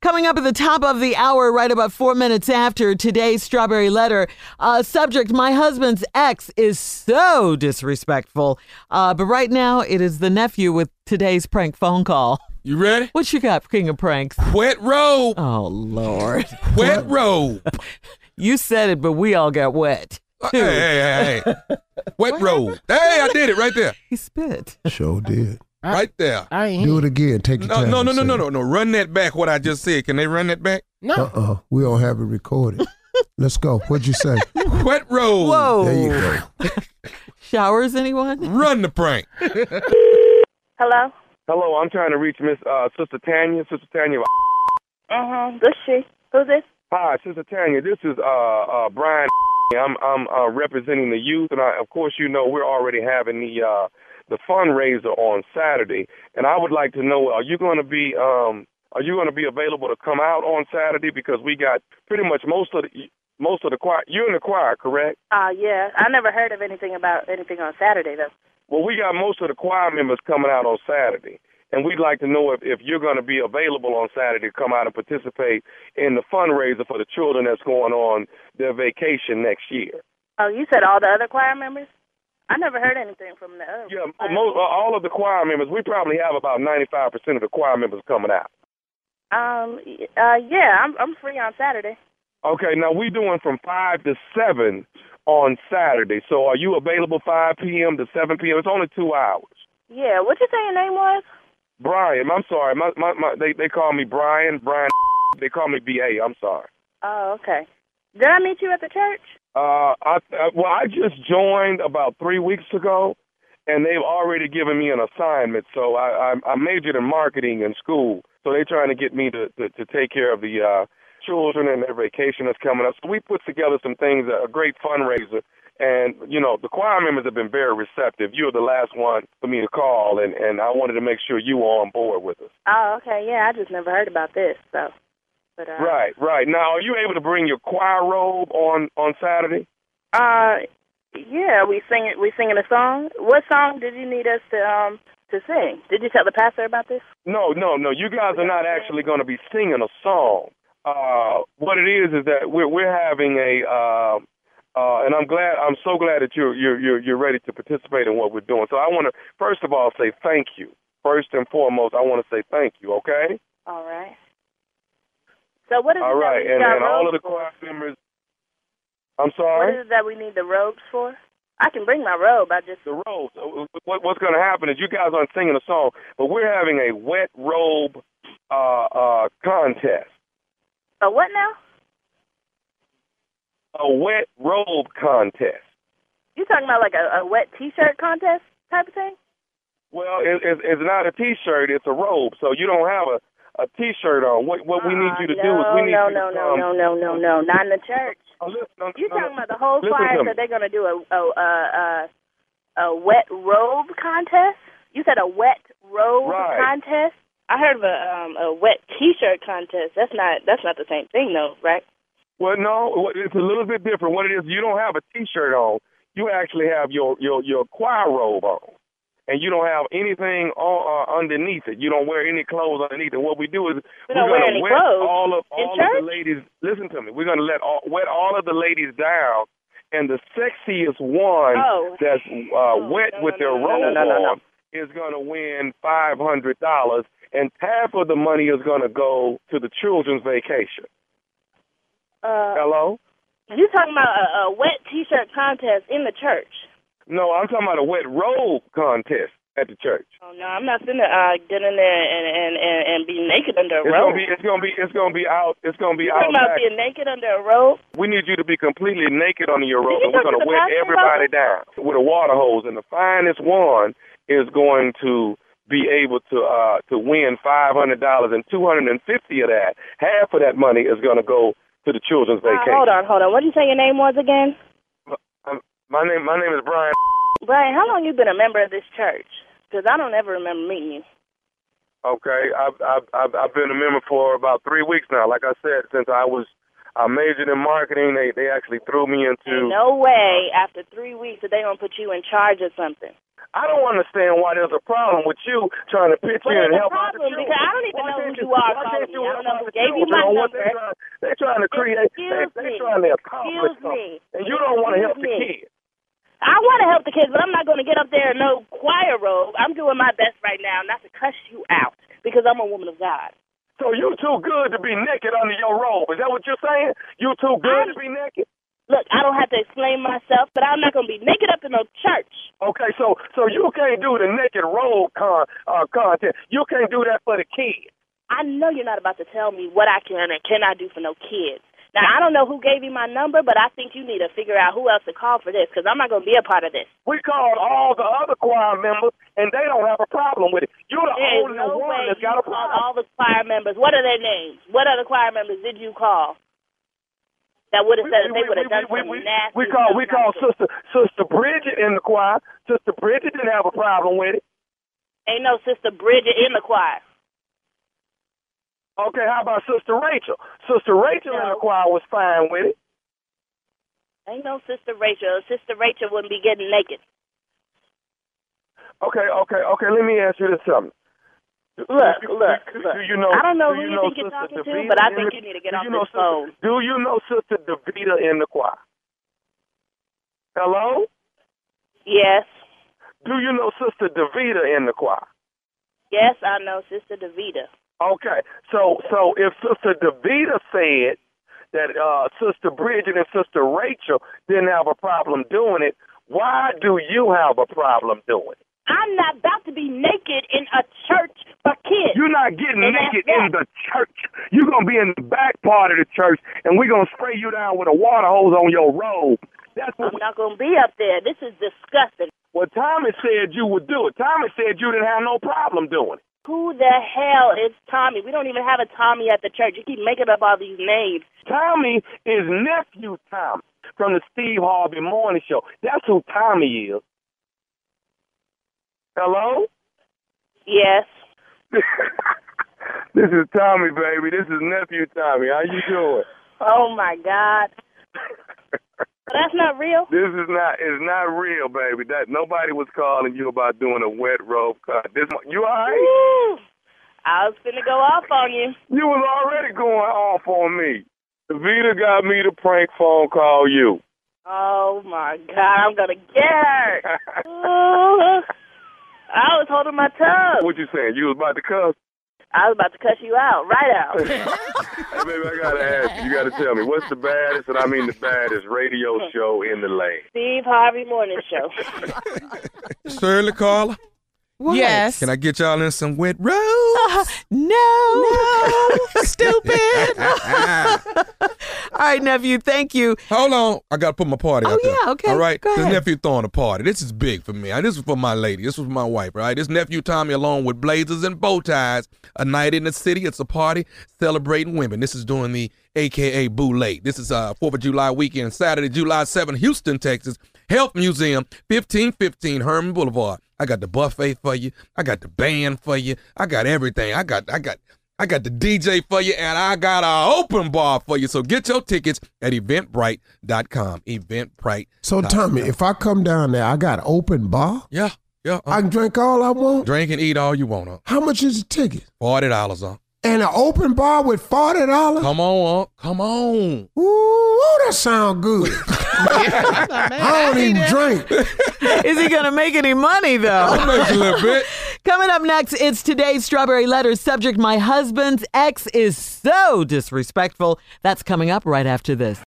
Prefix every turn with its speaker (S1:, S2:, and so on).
S1: Coming up at the top of the hour, right about four minutes after today's Strawberry Letter, uh, subject My husband's ex is so disrespectful. Uh, but right now, it is the nephew with today's prank phone call.
S2: You ready?
S1: What you got, King of Pranks?
S2: Wet rope.
S1: Oh, Lord.
S2: Wet rope.
S1: You said it, but we all got wet.
S2: Uh, Hey, hey, hey, hey. Wet rope. Hey, I did it right there.
S1: He spit.
S3: Sure did.
S2: Right there.
S4: I ain't.
S3: Do it again. Take your
S2: No,
S3: time.
S2: no, no, no, no, no, no. Run that back. What I just said. Can they run that back?
S4: No.
S3: Uh uh We don't have it recorded. Let's go. What'd you say?
S2: Wet rope.
S1: Whoa.
S3: There you go.
S1: Showers, anyone?
S2: Run the prank.
S5: Hello?
S6: Hello, I'm trying to reach Miss uh, Sister Tanya. Sister Tanya.
S5: Uh-huh. This she. Who's this?
S6: Hi, Sister Tanya. This is uh, uh, Brian. I'm I'm uh, representing the youth, and I, of course, you know we're already having the uh, the fundraiser on Saturday, and I would like to know are you going to be um are you going to be available to come out on Saturday because we got pretty much most of the most of the choir. You're in the choir, correct?
S5: Uh, yeah. I never heard of anything about anything on Saturday, though.
S6: Well, we got most of the choir members coming out on Saturday, and we'd like to know if, if you're going to be available on Saturday to come out and participate in the fundraiser for the children that's going on their vacation next year.
S5: Oh, you said all the other choir members? I never heard anything from the other
S6: Yeah,
S5: choir
S6: most, uh, all of the choir members, we probably have about 95% of the choir members coming out.
S5: Um, y- uh, yeah, I'm, I'm free on Saturday.
S6: Okay, now we're doing from 5 to 7 on Saturday, so are you available 5 p.m. to 7 p.m.? It's only two hours.
S5: Yeah, what you say your name was?
S6: Brian, I'm sorry, my, my, my, they, they call me Brian, Brian, they call me B.A., I'm sorry.
S5: Oh, okay. Did I meet you at the church?
S6: Uh, I, uh, well, I just joined about three weeks ago, and they've already given me an assignment. So I, I, I majored in marketing in school. So they're trying to get me to, to, to take care of the uh, children and their vacation that's coming up. So we put together some things, a great fundraiser. And, you know, the choir members have been very receptive. You were the last one for me to call, and, and I wanted to make sure you were on board with us.
S5: Oh, okay, yeah, I just never heard about this, so. But, uh,
S6: Right, right. Now, are you able to bring your choir robe on, on Saturday?
S5: Uh, yeah, we sing we singing a song. What song did you need us to um to sing? Did you tell the pastor about this?
S6: No, no, no. You guys are not actually going to be singing a song. Uh, what it is is that we're we're having a, uh, uh, and I'm glad, I'm so glad that you're you're you're you're ready to participate in what we're doing. So I want to first of all say thank you. First and foremost, I want to say thank you. Okay.
S5: All right. So what is
S6: All
S5: it
S6: right,
S5: that we
S6: and
S5: need our
S6: and all of
S5: robes
S6: the choir members. I'm
S5: for?
S6: sorry.
S5: What is it that we need the robes for? I can bring my robe. I just
S6: the robes. Uh, What, what's going to happen is you guys aren't singing a song, but we're having a wet robe uh, uh, contest.
S5: a what now?
S6: A wet robe contest.
S5: You talking about like a, a wet T-shirt contest type of thing?
S6: Well, it, it, it's not a T-shirt; it's a robe. So you don't have a, a T-shirt on. What what we need you to
S5: Uh,
S6: do is we need
S5: no,
S6: you
S5: no,
S6: to
S5: no,
S6: come.
S5: no, no, no, no, not in the church.
S6: Oh, listen, no,
S5: You
S6: no,
S5: talking
S6: no.
S5: about the whole
S6: Listen
S5: choir?
S6: to me.
S5: So they're gonna do a a a, a, a wet robe contest. You said a wet robe
S6: Right.
S5: contest. I heard of a um a wet T-shirt contest. That's not that's not the same thing though, right?
S6: Well, no, what- it's a little bit different. What it is, you don't have a T-shirt on. You actually have your your your choir robe on, and you don't have anything on, uh, underneath it. You don't wear any clothes underneath it. What we do is are
S5: We don't wear
S6: going
S5: any
S6: to wet
S5: clothes
S6: all of
S5: in
S6: all
S5: church?
S6: of the ladies. Listen to me. We're going to let all, wet all of the ladies down, and the sexiest one
S5: Oh.
S6: that's uh, wet
S5: no,
S6: with
S5: no,
S6: their
S5: no, no,
S6: robe
S5: no, no, no, no.
S6: on is going to win five hundred dollars, and half of the money is going to go to the children's vacation.
S5: Uh,
S6: Hello.
S5: you talking about a, a wet T-shirt contest in the church?
S6: No, I'm talking about a wet robe contest at the church.
S5: Oh no, I'm not finna uh, get in there and and and, and be naked under a
S6: It's
S5: robe.
S6: gonna be, it's gonna be, it's gonna be out. It's gonna be
S5: you
S6: out.
S5: talking about being naked under a robe?
S6: We need you to be completely naked under your robe,
S5: you
S6: and we're
S5: talk to
S6: gonna
S5: the
S6: wet
S5: pastor
S6: everybody
S5: about
S6: down with a water hose, and the finest one is going to be able to uh to win five hundred dollars, and two hundred and fifty of that, half of that money is gonna go to the children's
S5: Uh,
S6: vacation.
S5: hold on, hold on. What did you say your name was again? Oh.
S6: Um, my name, my name is Brian.
S5: Brian, how long you been a member of this church? Because I don't ever remember meeting you.
S6: Okay, I've I've I've I've been a member for about three weeks now. Like I said, since I was
S7: I majored in marketing. They they actually threw me into.
S5: Ain't no way after three weeks that they gonna put you in charge of something.
S7: I don't understand why there's a problem with you trying to pitch
S5: What is
S7: in and
S5: the
S7: help out
S5: problem?
S7: the children.
S5: Because I don't even
S7: Why
S5: know who
S7: can't
S5: you are
S7: why
S5: calling
S7: can't you
S5: me. I don't
S7: help
S5: know
S7: out
S5: who
S7: the
S5: gave you
S7: children
S5: my
S7: on what they're
S5: number.
S7: trying- They're trying to create.
S5: Excuse
S7: they,
S5: me.
S7: are trying to accomplish
S5: Excuse
S7: something,
S5: me.
S7: and you don't want to help the
S5: Excuse me.
S7: kids.
S5: I want to help the kids, but I'm not going to get up there in no choir robe. I'm doing my best right now not to cuss you out because I'm a woman of God.
S7: So Oh, you too good to be naked under your robe. Is that what you're saying? You too good to be naked?
S5: Look, I don't have to explain myself, but I'm not going to be naked up in no church.
S7: Okay, so so you can't do the naked robe con uh, content. You can't do that for the kids.
S5: I know you're not about to tell me what I can and cannot do for no kids. Now, I don't know who gave you my number, but I think you need to figure out who else to call for this because I'm not going to be a part of this.
S7: We called all the other choir members, and they don't have a problem with it. You're the
S5: There is
S7: only
S5: no
S7: one
S5: way
S7: that's
S5: you
S7: got a
S5: called
S7: problem.
S5: all the choir members. What are their names? What other choir members did you call that would have said that they would have done
S7: we,
S5: some
S7: we,
S5: nasty
S7: we call we
S5: stuff
S7: call
S5: like this?
S7: sister sister Bridget in the choir. Sister Bridget didn't have a problem with it.
S5: Ain't no sister Bridget in the choir.
S7: Okay, how about sister Rachel? Sister Rachel in
S5: No.
S7: the choir was fine with it.
S5: Ain't no sister Rachel. Sister Rachel wouldn't be getting naked.
S7: Okay, okay, okay. Let me ask you this something. Do- do
S5: Look,
S7: you-
S5: look,
S7: do-
S5: look.
S7: Do you know?
S5: I don't know
S7: do
S5: who you
S7: know
S5: think you're
S7: Sister
S5: talking to,
S7: Davita
S5: but I
S7: in
S5: think
S7: the-
S5: you need to get
S7: do
S5: off
S7: you know
S5: this
S7: Sister-
S5: phone.
S7: Do you know Sister Davita in the choir? Hello.
S5: Yes,
S7: Do you know Sister Davita in the choir?
S5: yes, I know Sister Davita.
S7: Okay. So, so if Sister Davita said that uh, Sister Bridget and Sister Rachel didn't have a problem doing it, why do you have a problem doing it?
S5: I'm not about to be naked in a church for kids.
S7: You're not getting
S5: And that's
S7: naked in the church. You're gonna be in the back part of the church, and we're gonna spray you down with a water hose on your robe. That's what.
S5: I'm
S7: We,
S5: not going to be up there. This is disgusting.
S7: well, Thomas said you would do it. Thomas said you didn't have no problem doing it.
S5: Who the hell is Tommy? We don't even have a Tommy at the church. You keep making up all these names.
S7: Tommy is nephew Tommy from the Steve Harvey Morning Show. That's who Tommy is. Hello.
S5: Yes.
S7: this is Tommy, baby. This is nephew Tommy. How you doing?
S5: Oh my God. But that's not real.
S7: This is not is not real, baby. That nobody was calling you about doing a wet rope cut. This you all right?
S5: Woo. I was finna go off on you.
S7: You was already going off on me. Vita got me to prank phone call you.
S5: Oh my God, I'm gonna get her. Ooh. I was holding my tongue.
S7: what you saying? You was about to cuss?
S5: I was about to cuss you out, right out.
S7: Hey, baby, I gotta ask you. You gotta tell me what's the baddest, and I mean the baddest radio show in the land.
S5: Steve Harvey Morning Show.
S6: Shirley Carla,
S1: What?
S8: Yes.
S6: can I get y'all in some wet rope?
S1: Uh, no. Stupid.
S6: Ah,
S1: All right, nephew. Thank you.
S6: Hold on. I got to put my party
S1: Oh,
S6: out there.
S1: yeah, okay.
S6: All right.
S1: Go
S6: this
S1: ahead.
S6: nephew throwing a party. This is big for me. This is for my lady. This was my wife, right? This nephew Tommy, along with blazers and bow ties, a night in the city. It's a party celebrating women. This is doing the AKA Boo Late. This is uh, 4th of July weekend, Saturday, July 7th, Houston, Texas. Health Museum, 1515 Herman Boulevard. I got the buffet for you. I got the band for you. I got everything. I got, I got. I got the DJ for you, and I got a open bar for you. So get your tickets at eventbrite.com. Eventbrite.
S3: So Tommy, if I come down there, I got open bar.
S6: Yeah, yeah. uh.
S3: I can drink all I want.
S6: Drink and eat all you want, huh?
S3: How much is the ticket?
S6: Forty dollars, huh?
S3: And an open bar with forty dollars?
S6: Come on, huh? Come on.
S3: Ooh, that sound good. I don't even drink.
S1: Is he going to make any money, though?
S6: I'll make a little bit.
S1: Coming up next, it's today's Strawberry Letter subject My husband's ex is so disrespectful. That's coming up right after this.